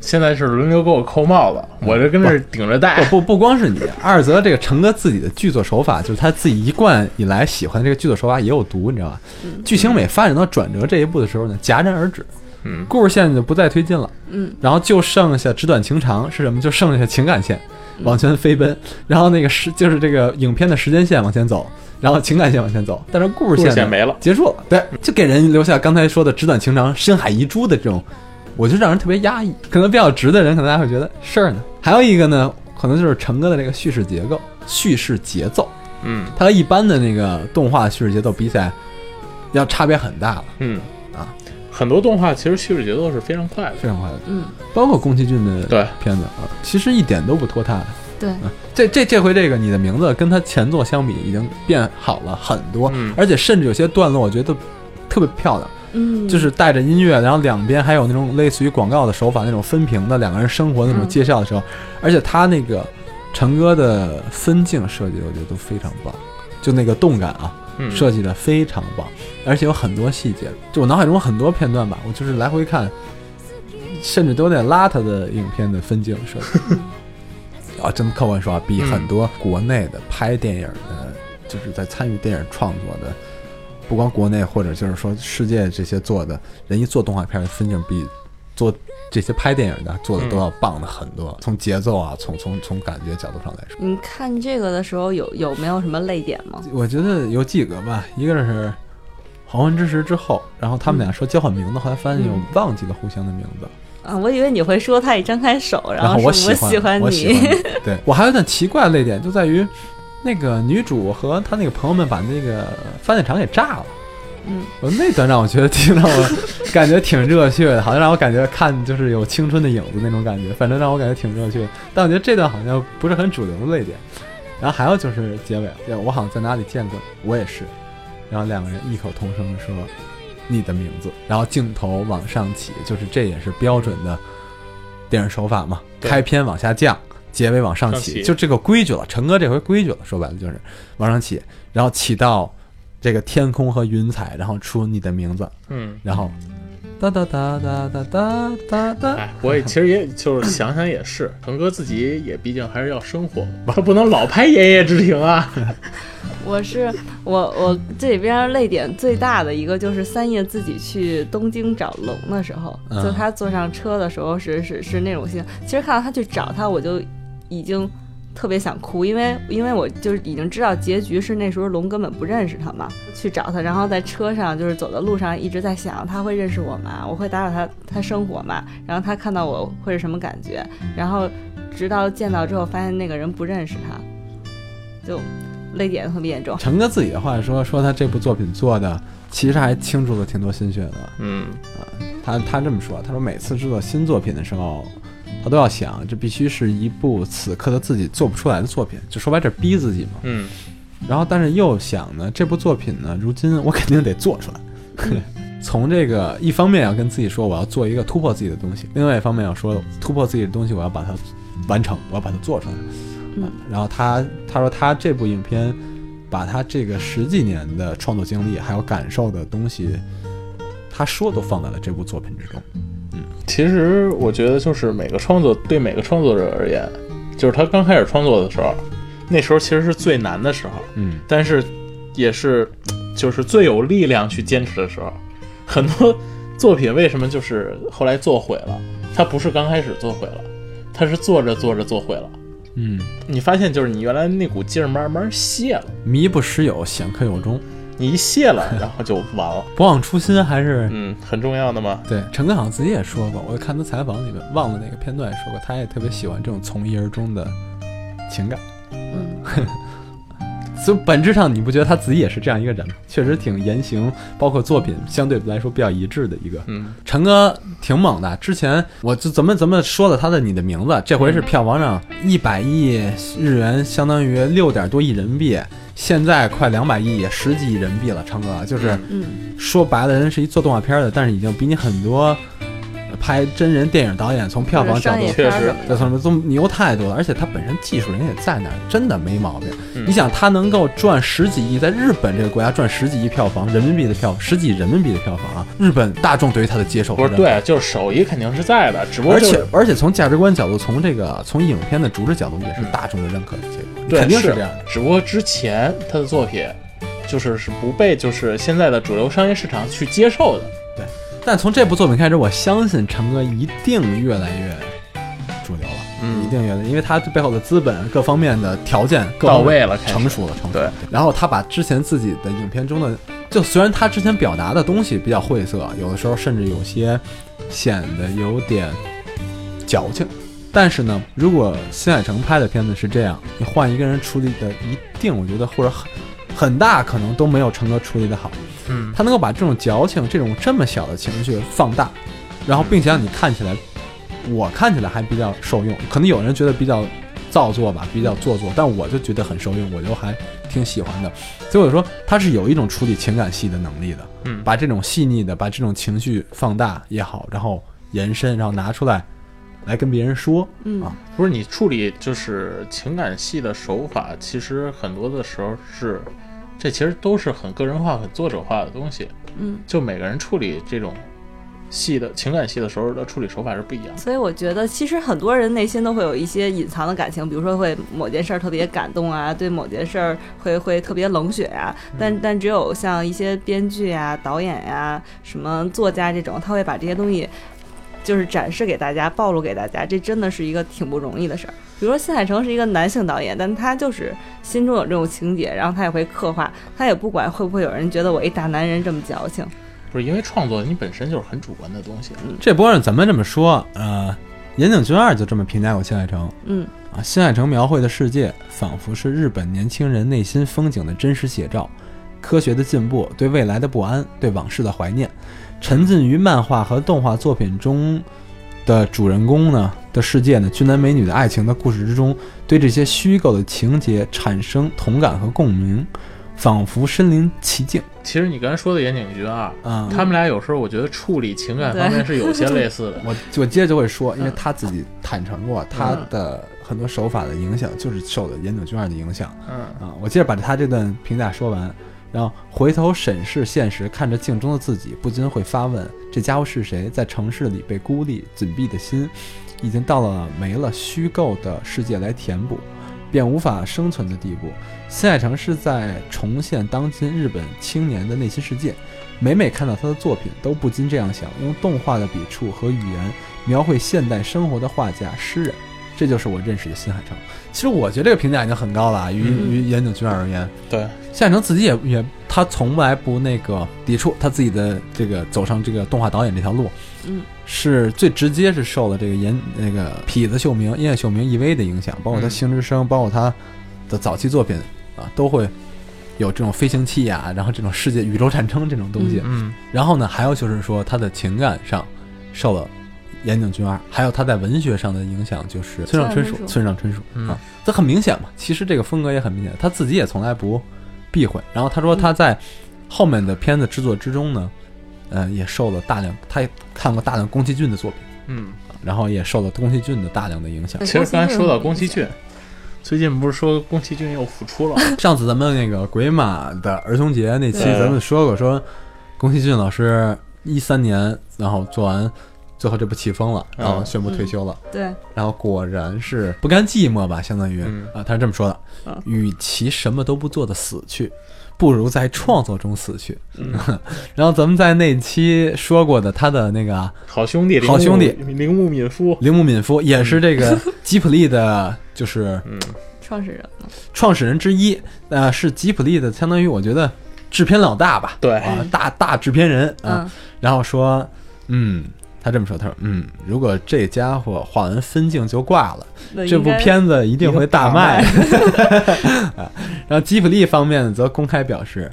现在是轮流给我扣帽子，我这跟这儿顶着戴。嗯不不不光是你，二则这个成哥自己的剧作手法，就是他自己一贯以来喜欢的这个剧作手法也有毒，你知道吧？剧情美发展到转折这一步的时候呢，戛然而止，嗯，故事线就不再推进了，嗯，然后就剩下纸短情长是什么？就剩下情感线往前飞奔，然后那个时就是这个影片的时间线往前走，然后情感线往前走，但是故事故线事线呢没了结束了，对，就给人留下刚才说的纸短情长、深海遗珠的这种，我就让人特别压抑。可能比较直的人，可能大家会觉得事儿呢。还有一个呢，可能就是成哥的这个叙事结构、叙事节奏，嗯它和一般的那个动画叙事节奏比起来，要差别很大了，嗯啊，很多动画其实叙事节奏是非常快的。非常快的。嗯，包括宫崎骏的对片子啊，其实一点都不拖沓的。对啊，这这这回这个你的名字跟他前作相比已经变好了很多，嗯而且甚至有些段落我觉得特别漂亮，嗯，就是带着音乐，然后两边还有那种类似于广告的手法，那种分屏的两个人生活那种嗯介绍的时候，而且他那个陈哥的分镜设计，我觉得都非常棒，就那个动感啊，嗯，设计的非常棒，而且有很多细节，就我脑海中很多片段吧，我就是来回看，甚至都有点邋遢的影片的分镜设计。啊，真客观说啊，比嗯很多国内的拍电影的，就是在参与电影创作的，不光国内或者就是说世界这些做的人一做动画片的分镜比做这些拍电影的做的都要棒的很多。从节奏啊，从从从感觉角度上来说。你看这个的时候有有没有什么泪点吗？我觉得有几个吧，一个是《黄昏之时》之后，然后他嗯们俩说交换名字，后来发现我忘记了互相的名字，啊，我以为你会说他一张开手，然后我说我喜欢我喜欢你， [laughs] 你。对我还有点奇怪的泪点，就在于那个女主和她那个朋友们把那个发电厂给炸了。嗯，我那段让我觉得挺让 [laughs] 我感觉挺热血的，好像让我感觉看就是有青春的影子那种感觉，反正让我感觉挺热血。但我觉得这段好像不是很主流的泪点。然后还有就是结尾，对我好像在哪里见过，我也是。然后两个人异口同声的说你的名字，然后镜头往上起，就是这也是标准的电影手法嘛，对开篇往下降，结尾往上上起，起就这个规矩了。陈哥这回规矩了，说白了就是往上起，然后起到这个天空和云彩，然后出你的名字，嗯，然后哒哒哒哒哒哒哒哒，哎，我也其实也就是想想也是，腾哥自己也毕竟还是要生活，他不能老拍《言叶之庭》啊。我是我我这里边泪点最大的一个就是三叶自己去东京找龙的时候，嗯就他坐上车的时候是是是那种心，其实看到他去找他，我就已经特别想哭，因为因为我就是已经知道结局是那时候龙根本不认识他嘛，去找他，然后在车上就是走的路上一直在想他会认识我吗？我会打扰他他生活吗？然后他看到我会是什么感觉？然后直到见到之后发现那个人不认识他，就泪点特别严重。陈哥自己的话说，说他这部作品做的其实还倾注了挺多心血的。嗯他他这么说，他说每次制作新作品的时候，他都要想，这必须是一部此刻他自己做不出来的作品，就说白了这逼自己嘛。嗯然后但是又想呢，这部作品呢，如今我肯定得做出来。 [laughs] 从这个一方面要跟自己说我要做一个突破自己的东西，另外一方面要说突破自己的东西我要把它完成，我要把它做出来。嗯然后他他说他这部影片把他这个十几年的创作经历还有感受的东西，他说都放在了这部作品之中。其实我觉得，就是每个创作对每个创作者而言，就是他刚开始创作的时候，那时候其实是最难的时候，嗯，但是也是就是最有力量去坚持的时候。很多作品为什么就是后来做毁了？它不是刚开始做毁了，它是做着做着做毁了。嗯，你发现就是你原来那股劲儿慢慢泄了，靡不时有，显克有终，你一泄了，然后就完了。不忘初心还是嗯，很重要的嘛。对，陈坤好像自己也说过，我看他采访里面忘了那个片段也说过，他也特别喜欢这种从一而终的情感。所以本质上，你不觉得他自己也是这样一个人吗？确实挺言行，包括作品相对来说比较一致的一个。嗯，陈哥挺猛的，之前我就咱们咱们说了他的《你的名字》，这回是票房上一百亿日元，相当于六点多亿人民币，现在快两百亿，也十几亿人民币了。陈哥就是。嗯说白了，人是一做动画片的，但是已经比你很多拍真人电影导演从票房就是角商度业确片实儿什么这的，上面都牛太多了，而且他本身技术人也在那儿，真的没毛病。嗯你想，他能够赚十几亿，在日本这个国家赚十几亿票房人民币的票，十几亿人民币的票房啊，日本大众对于他的接受不和是认可对，就是手艺肯定是在的，只不过而就且是而且从价值观角度，从这个从影片的主旨角度，也是嗯大众的认可的结果，对肯定是这样的。只不过之前他的作品就是是不被就是现在的主流商业市场去接受的。但从这部作品开始，我相信陈哥一定越来越主流了。一嗯，定原因，因为他背后的资本各方面的条件各到方面位了，开始成熟了，成熟了。对，然后他把之前自己的影片中的，就虽然他之前表达的东西比较晦涩，有的时候甚至有些显得有点矫情，但是呢，如果新海诚拍的片子是这样，你换一个人处理的，一定我觉得或者很很大可能都没有成哥处理的好。嗯，他能够把这种矫情、这种这么小的情绪放大，然后并且让你看起来，我看起来还比较受用。可能有人觉得比较造作吧，比较做作，但我就觉得很受用，我就还挺喜欢的。所以我说，他是有一种处理情感戏的能力的，嗯把这种细腻的、把这种情绪放大也好，然后延伸，然后拿出来来跟别人说，嗯啊不是你处理就是情感戏的手法，其实很多的时候是，这其实都是很个人化、很作者化的东西。嗯。就每个人处理这种戏的情感戏的时候的处理手法是不一样的。所以我觉得，其实很多人内心都会有一些隐藏的感情，比如说会某件事儿特别感动啊，对某件事儿会会特别冷血啊。嗯但但只有像一些编剧啊、导演呀、什么作家这种，他会把这些东西就是展示给大家、暴露给大家，这真的是一个挺不容易的事儿。比如说新海诚是一个男性导演，但他就是心中有这种情节，然后他也会刻画，他也不管会不会有人觉得我一大男人这么矫情。不是因为创作你本身就是很主观的东西，这不是咱们这么说，呃，岩井俊二就这么评价过新海诚，嗯啊，新海诚描绘的世界仿佛是日本年轻人内心风景的真实写照，科学的进步，对未来的不安，对往事的怀念，沉浸于漫画和动画作品中的主人公呢的世界呢，俊男美女的爱情的故事之中，对这些虚构的情节产生同感和共鸣，仿佛身临其境其实你刚才说的岩井俊二，啊。他们俩有时候我觉得处理情感方面是有些类似的。我我接着就会说，因为他自己坦诚过，他的很多手法的影响就是受了岩井俊二的影响。嗯啊，我接着把他这段评价说完，然后回头审视现实，看着镜中的自己，不禁会发问：这家伙是谁？在城市里被孤立、紧闭的心，已经到了没了虚构的世界来填补，便无法生存的地步。新海诚是在重现当今日本青年的内心世界，每每看到他的作品，都不禁这样想：用动画的笔触和语言描绘现代生活的画家、诗人，这就是我认识的新海诚。其实我觉得这个评价已经很高了啊，于嗯于岩井俊二而言，对，新海诚自己也也他从来不那个抵触他自己的这个走上这个动画导演这条路，嗯，是最直接是受了这个岩那个痞子秀明、烟野秀明 EV 的影响，包括他嗯《星之声》，包括他的早期作品啊，都会有这种飞行器呀、然后这种世界宇宙战争这种东西，嗯然后呢，还有就是说他的情感上受了岩井俊二，还有他在文学上的影响就是村上春树。嗯村村上春树嗯啊，这很明显嘛。其实这个风格也很明显，他自己也从来不避讳。然后他说他在后面的片子制作之中呢，呃，也受了大量，他也看过大量宫崎骏的作品，嗯，然后也受了宫崎骏的大量的影响。对其实刚才说到宫崎骏，最近不是说宫崎骏又复出了吗？上次咱们那个鬼马的儿童节那期，对咱们说过说，宫崎骏老师一三年，然后做完最后这部《起风》了，嗯然后宣布退休了，对，然后果然是不甘寂寞吧，相当于啊、嗯他是这么说的：嗯与其什么都不做的死去，不如在创作中死去。嗯然后咱们在那期说过的他的那个啊好兄弟，铃木好兄弟铃木敏夫，铃木敏夫，也是这个 [laughs] 吉普力的，就是嗯，创始人嘛，创始人之一，呃，是吉普力的，相当于我觉得制片老大吧，对啊，大大制片人啊，哎嗯，然后说，嗯，他这么说，他说，嗯，如果这家伙画完分镜就挂了，那这呃应部该片子一定会大卖一。 [laughs] 啊，然后吉普力方面则公开表示，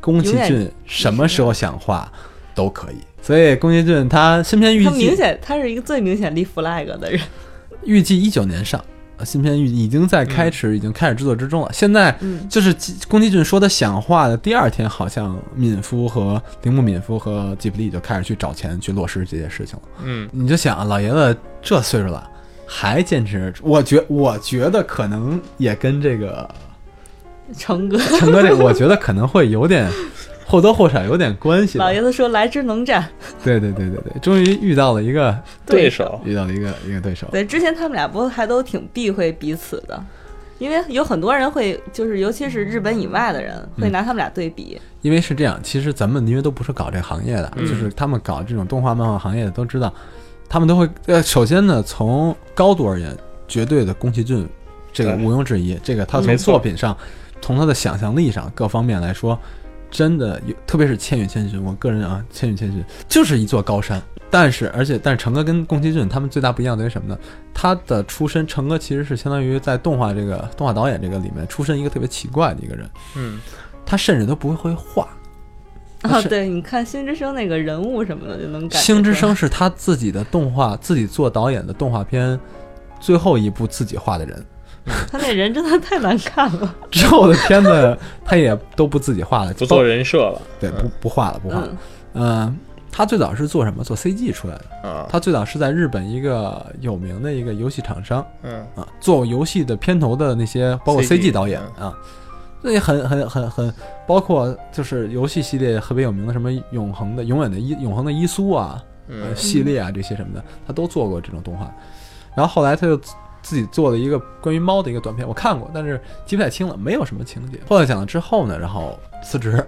宫崎永骏什么时候想画都可以，所以宫崎骏他新片预他明计显他是一个最明显立 flag 的人，预计一九年上。啊新片预已经在开始，已经开始制作之中了。现在嗯就是吉宫崎骏说他想画的第二天，好像敏夫和铃木敏夫和吉卜力就开始去找钱去落实这件事情了。嗯，你就想啊，老爷子这岁数了还坚持，我觉我觉得可能也跟这 [laughs] 个成哥。陈哥这，我觉得可能会有点或多或少有点关系吧。老爷子说：“来之能战。对对对对对，终于遇到了一个对手，遇到了一个一个对手”。对，之前他们俩不还都挺避讳彼此的，因为有很多人会，就是尤其是日本以外的人，嗯会拿他们俩对比。因为是这样，其实咱们因为都不是搞这行业的，嗯就是他们搞这种动画漫画行业的都知道，他们都会呃，首先呢，从高度而言，绝对的宫崎骏，这个对毋庸置疑，这个他从没错作品上，从他的想象力上各方面来说，真的有，特别是《千与千寻》，我个人啊，《千与千寻》就是一座高山。但是，而且，但是，成哥跟宫崎骏他们最大不一样在于什么呢？他的出身，成哥其实是相当于在动画这个动画导演这个里面出身一个特别奇怪的一个人，嗯，他甚至都不会画，啊，嗯是对，你看《星之声》那个人物什么的，就能感觉《星之出来声》是他自己的动画，自己做导演的动画片，最后一部自己画的人。 [laughs] 他那人真的太难看了。之后的片子他也都不自己画了，不做人设了，对不不画了不画了嗯。，嗯、他最早是做什么？做 CG 出来的。啊，他最早是在日本一个有名的一个游戏厂商嗯，啊，做游戏的片头的那些，包括 CG CG 导演嗯啊。那也很很很很，包括就是游戏系列特别有名的什么永恒的、永远的伊、永恒的伊苏啊，呃嗯，系列啊这些什么的，他都做过这种动画。然后后来他就自自己做了一个关于猫的一个短片，我看过，但是记不太清了，没有什么情节。获奖了之后呢，然后辞职，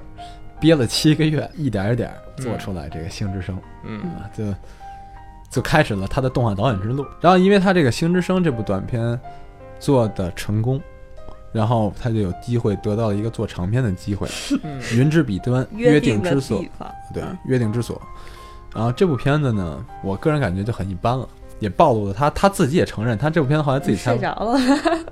憋了七个月，一点儿一点儿做出来这个《星之声》嗯，啊，就就开始了他的动画导演之路。然后因为他这个《星之声》这部短片做的成功。然后他就有机会得到了一个做长片的机会，嗯《云之彼端，约约定的之所》地方，对，嗯约定之所》。然后这部片子呢，我个人感觉就很一般了，也暴露了他他自己也承认，他这部片子后来自己采睡访，着了。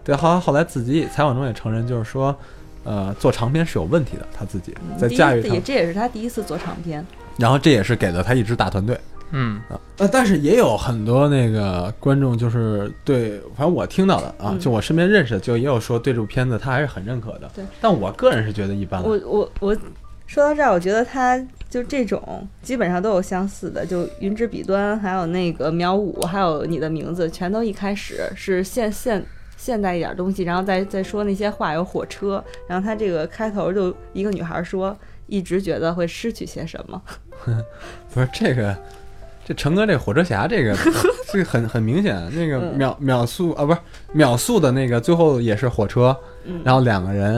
对，后来后来自己采访中也承认，就是说，呃，做长篇是有问题的，他自己在嗯第一驾驭次他也，这也是他第一次做长篇，然后这也是给了他一支大团队。嗯，呃，但是也有很多那个观众，就是对，反正我听到的啊，嗯就我身边认识的，就也有说对这部片子他还是很认可的。对，但我个人是觉得一般了。我我我说到这儿，我觉得他就这种基本上都有相似的，就《云之彼端》，还有那个《秒舞》，还有你的名字，全都一开始是现现现代一点东西，然后再再说那些话，有火车，然后他这个开头就一个女孩说。一直觉得会失去些什么，嗯不是这个，这成哥这火车侠这 [laughs] 个这个很很明显，那个嗯秒秒速啊，不是秒速的那个，最后也是火车，嗯然后两个人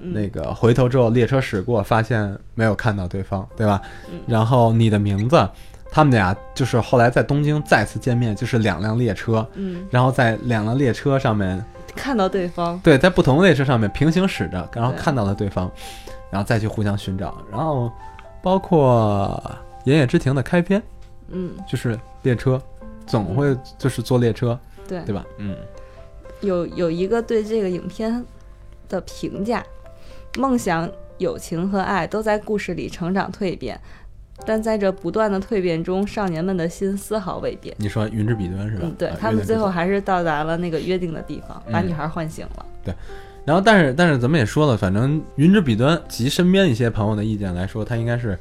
嗯那个回头之后列车驶过，发现没有看到对方，对吧嗯？然后你的名字，他们俩就是后来在东京再次见面，就是两辆列车，嗯，然后在两辆列车上面看到对方，对，在不同的列车上面平行驶着，然后对看到了对方，然后再去互相寻找，然后包括《岩野之庭》的开篇，嗯，就是列车，总会就是坐列车，对，对吧？嗯，有有一个对这个影片的评价：梦想、友情和爱都在故事里成长蜕变，但在这不断的蜕变中，少年们的心丝毫未变。你说云之彼端是吧？嗯，对啊他有们点最这后种还是到达了那个约定的地方，把嗯女孩唤醒了。然后但是但是咱们也说了，反正云之彼端及身边一些朋友的意见来说，它应该是。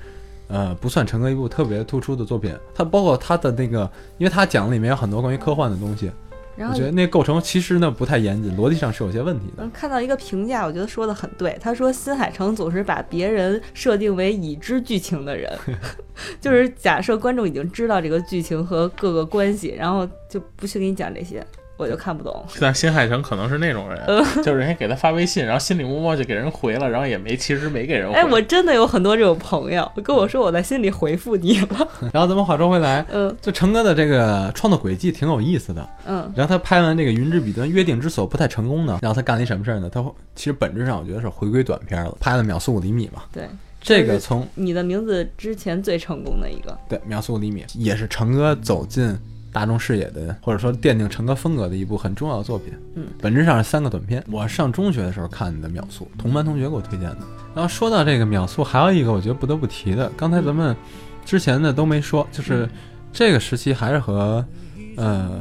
呃，不算陈哥一部特别突出的作品，它包括它的那个，因为它讲的里面有很多关于科幻的东西，然我后觉得那构成其实呢不太严谨，逻辑上是有些问题的。嗯，看到一个评价，我觉得说的很对。他说新海诚总是把别人设定为已知剧情 [laughs] 的人， [laughs] 就是假设观众已经知道这个剧情和各个关系，然后就不去给你讲这些，我就看不懂。但新海诚可能是那种人，嗯就是人家给他发微信，然后心里默默就给人回了，然后也没其实没给人回。哎，我真的有很多这种朋友跟我说我在心里回复你了。然后咱们话说回来，嗯就成哥的这个创作轨迹挺有意思的。嗯然后他拍完这个《云之彼端》约定之所不太成功呢，然后他干了一什么事儿呢？他其实本质上我觉得是回归短片了，拍了《秒速五厘米》嘛。对，这个从你的名字之前最成功的一个，对《秒速五厘米》也是成哥走进大众视野的，或者说奠定成哥风格的一部很重要的作品。嗯，本质上是三个短片。我上中学的时候看的《秒速》，同班同学给我推荐的。然后说到这个《秒速》，还有一个我觉得不得不提的，刚才咱们之前的都没说，嗯就是这个时期还是和呃。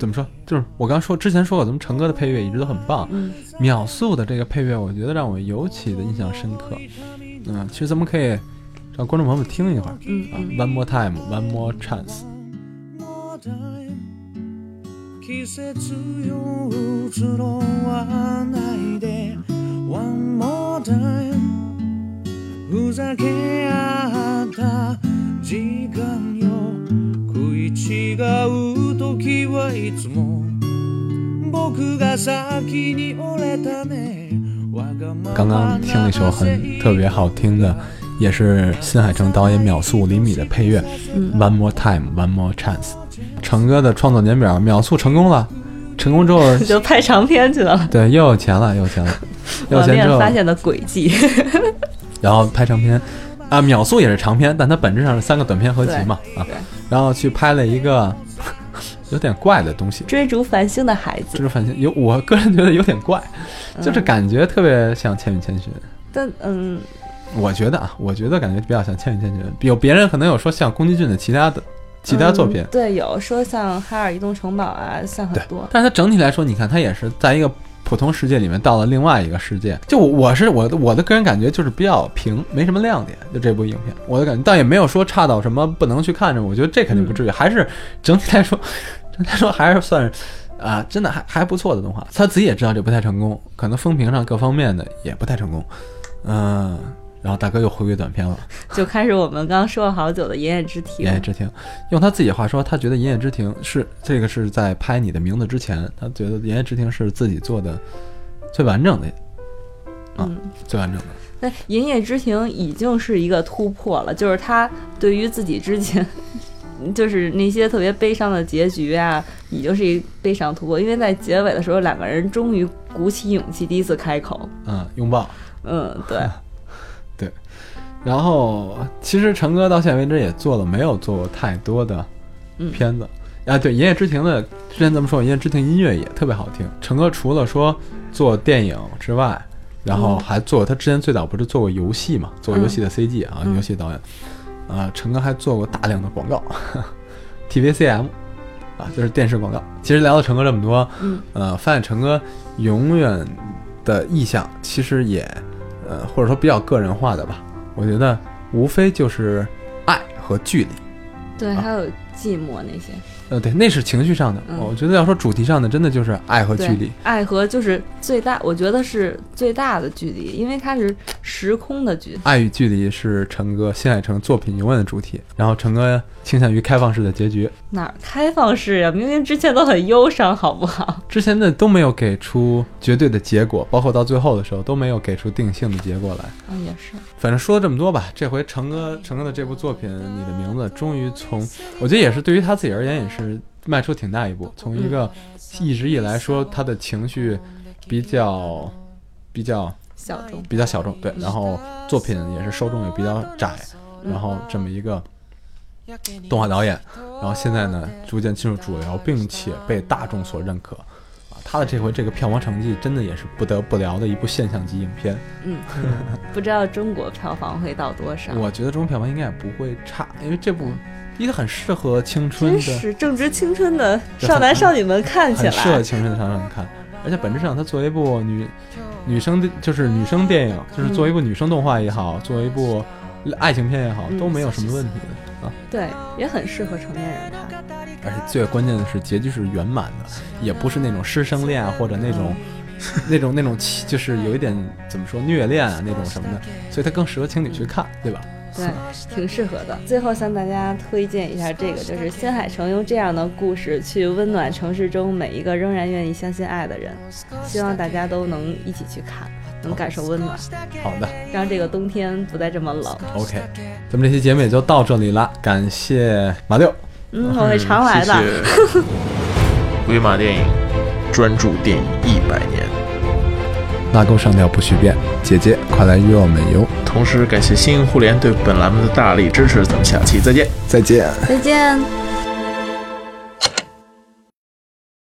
怎么说？就是我刚说之前说过，咱们成哥的配乐一直都很棒，嗯秒速的这个配乐，我觉得让我尤其的印象深刻。嗯，其实咱们可以让观众朋友们听一会儿嗯啊嗯， ，One More Time, One More Chance。 more time 季節よ移ろわないで One more time ふざけ合った時間よ食い違う時はいつも僕が先に折れたねわがままな刚刚听了一首很特别好听的，也是新海诚导演《秒速五厘米》的配乐，嗯《One More Time, One More Chance》。成哥的创作年表，秒速成功了。成功之后，你 [laughs] [laughs] 就拍长篇去了。对，又有钱了，又有 [laughs] 钱了，又有网钱恋之后，发现的轨迹， [laughs] 然后拍长片，啊，秒速也是长片，但它本质上是三个短片合集嘛，啊对，然后去拍了一个 [laughs] 有点怪的东西，追逐繁星的孩这子。嗯是反星有我个人觉得有点怪，就是感觉特别像《千与千寻》，但嗯，我觉得啊，我觉得感觉比较像《千与千寻》，有别人可能有说像宫崎骏的其他的其他作品。嗯对，有说像《哈尔移动城堡》啊，像很对多，但是它整体来说，你看它也是在一个普通世界里面到了另外一个世界。就我我是我的我的个人感觉就是比较平，没什么亮点。就这部影片，我的感觉，但也没有说差到什么不能去看着。我觉得这肯定不至于，还是整体来说， [laughs] 整体来说还是算是。啊，真的还还不错的动画，他自己也知道这不太成功，可能风评上各方面的也不太成功，嗯、然后大哥又回归短片了，就开始我们刚说了好久的《言叶之《庭言叶》。之庭》，用他自己的话说，他觉得《言叶之庭是》这个是在拍你的名字之前，他觉得《言叶之庭》是自己做的最完整的，嗯啊，最完整的。那《言叶之庭》已经是一个突破了，就是他对于自己之前，就是那些特别悲伤的结局啊，已经是一悲伤突破。因为在结尾的时候，两个人终于鼓起勇气，第一次开口。嗯，拥抱。嗯，对， [laughs] 然后，其实成哥到现在为止也做了没有做过太多的嗯片子、啊。对，《言叶之庭》的之前咱们说，《言叶之庭》音乐也特别好听。成哥除了说做电影之外，然后还做他之前最早不是做过游戏嘛，做嗯游戏的 CG 啊，游戏导演。啊，成哥还做过大量的广告，TVCM 啊，就是电视广告。其实聊了成哥这么多，嗯，呃，发现成哥永远的意向其实也，呃，或者说比较个人化的吧。我觉得无非就是爱和距离。对，啊还有寂寞那些，呃，对，那是情绪上的。嗯我觉得要说主题上的，真的就是爱和距对离。，爱和就是最大，我觉得是最大的距离，因为它是时空的距离。爱与距离是成哥新海诚作品永远的主题。然后成哥倾向于开放式的结局，哪儿开放式呀、明明之前都很忧伤，好不好？之前的都没有给出绝对的结果，包括到最后的时候都没有给出定性的结果来。嗯，也是，反正说了这么多吧，这回成哥成哥的这部作品《你的名字》终于从，我觉得也是对于他自己而言也是迈出挺大一步，从一个一直以来说他的情绪比较比较小众。比较小众，嗯对，然后作品也是受众也比较窄，然嗯后这么一个动画导演，然后现在呢逐渐进入主流，并且被大众所认可。啊，他的这回这个票房成绩真的也是不得不聊的一部现象级影片。嗯，不知道中国票房会到多少？我觉得中国票房应该也不会差，因为这部一个很适合青春真的，是正值青春的这少男很少女们看起很适合来，青春的场景看。而且本质上，它作为一部女女生的，就是女生电影，就是作为一部女生动画也好，作为一部爱情片也好，嗯都没有什么问题的啊。对，也很适合成年人看。而且最关键的是，结局是圆满的，也不是那种师生恋啊，或者那种、 [laughs] 那种、那种欺，就是有一点怎么说虐恋啊那种什么的，所以它更适合情侣去看，对吧？对，挺适合的。最后向大家推荐一下这个，就是新海诚用这样的故事去温暖城市中每一个仍然愿意相信爱的人，希望大家都能一起去看，能感受温暖，好的让这个冬天不再这么冷。 ，OK，咱们这期节目也就到这里了，感谢马六，嗯，我会常来的。谢谢。鬼马电影，专注电影一百年。拉钩上吊不许变，姐姐快来约我们游，同时感谢新银互联对本栏目的大力支持，咱们下期再见。再见。再见。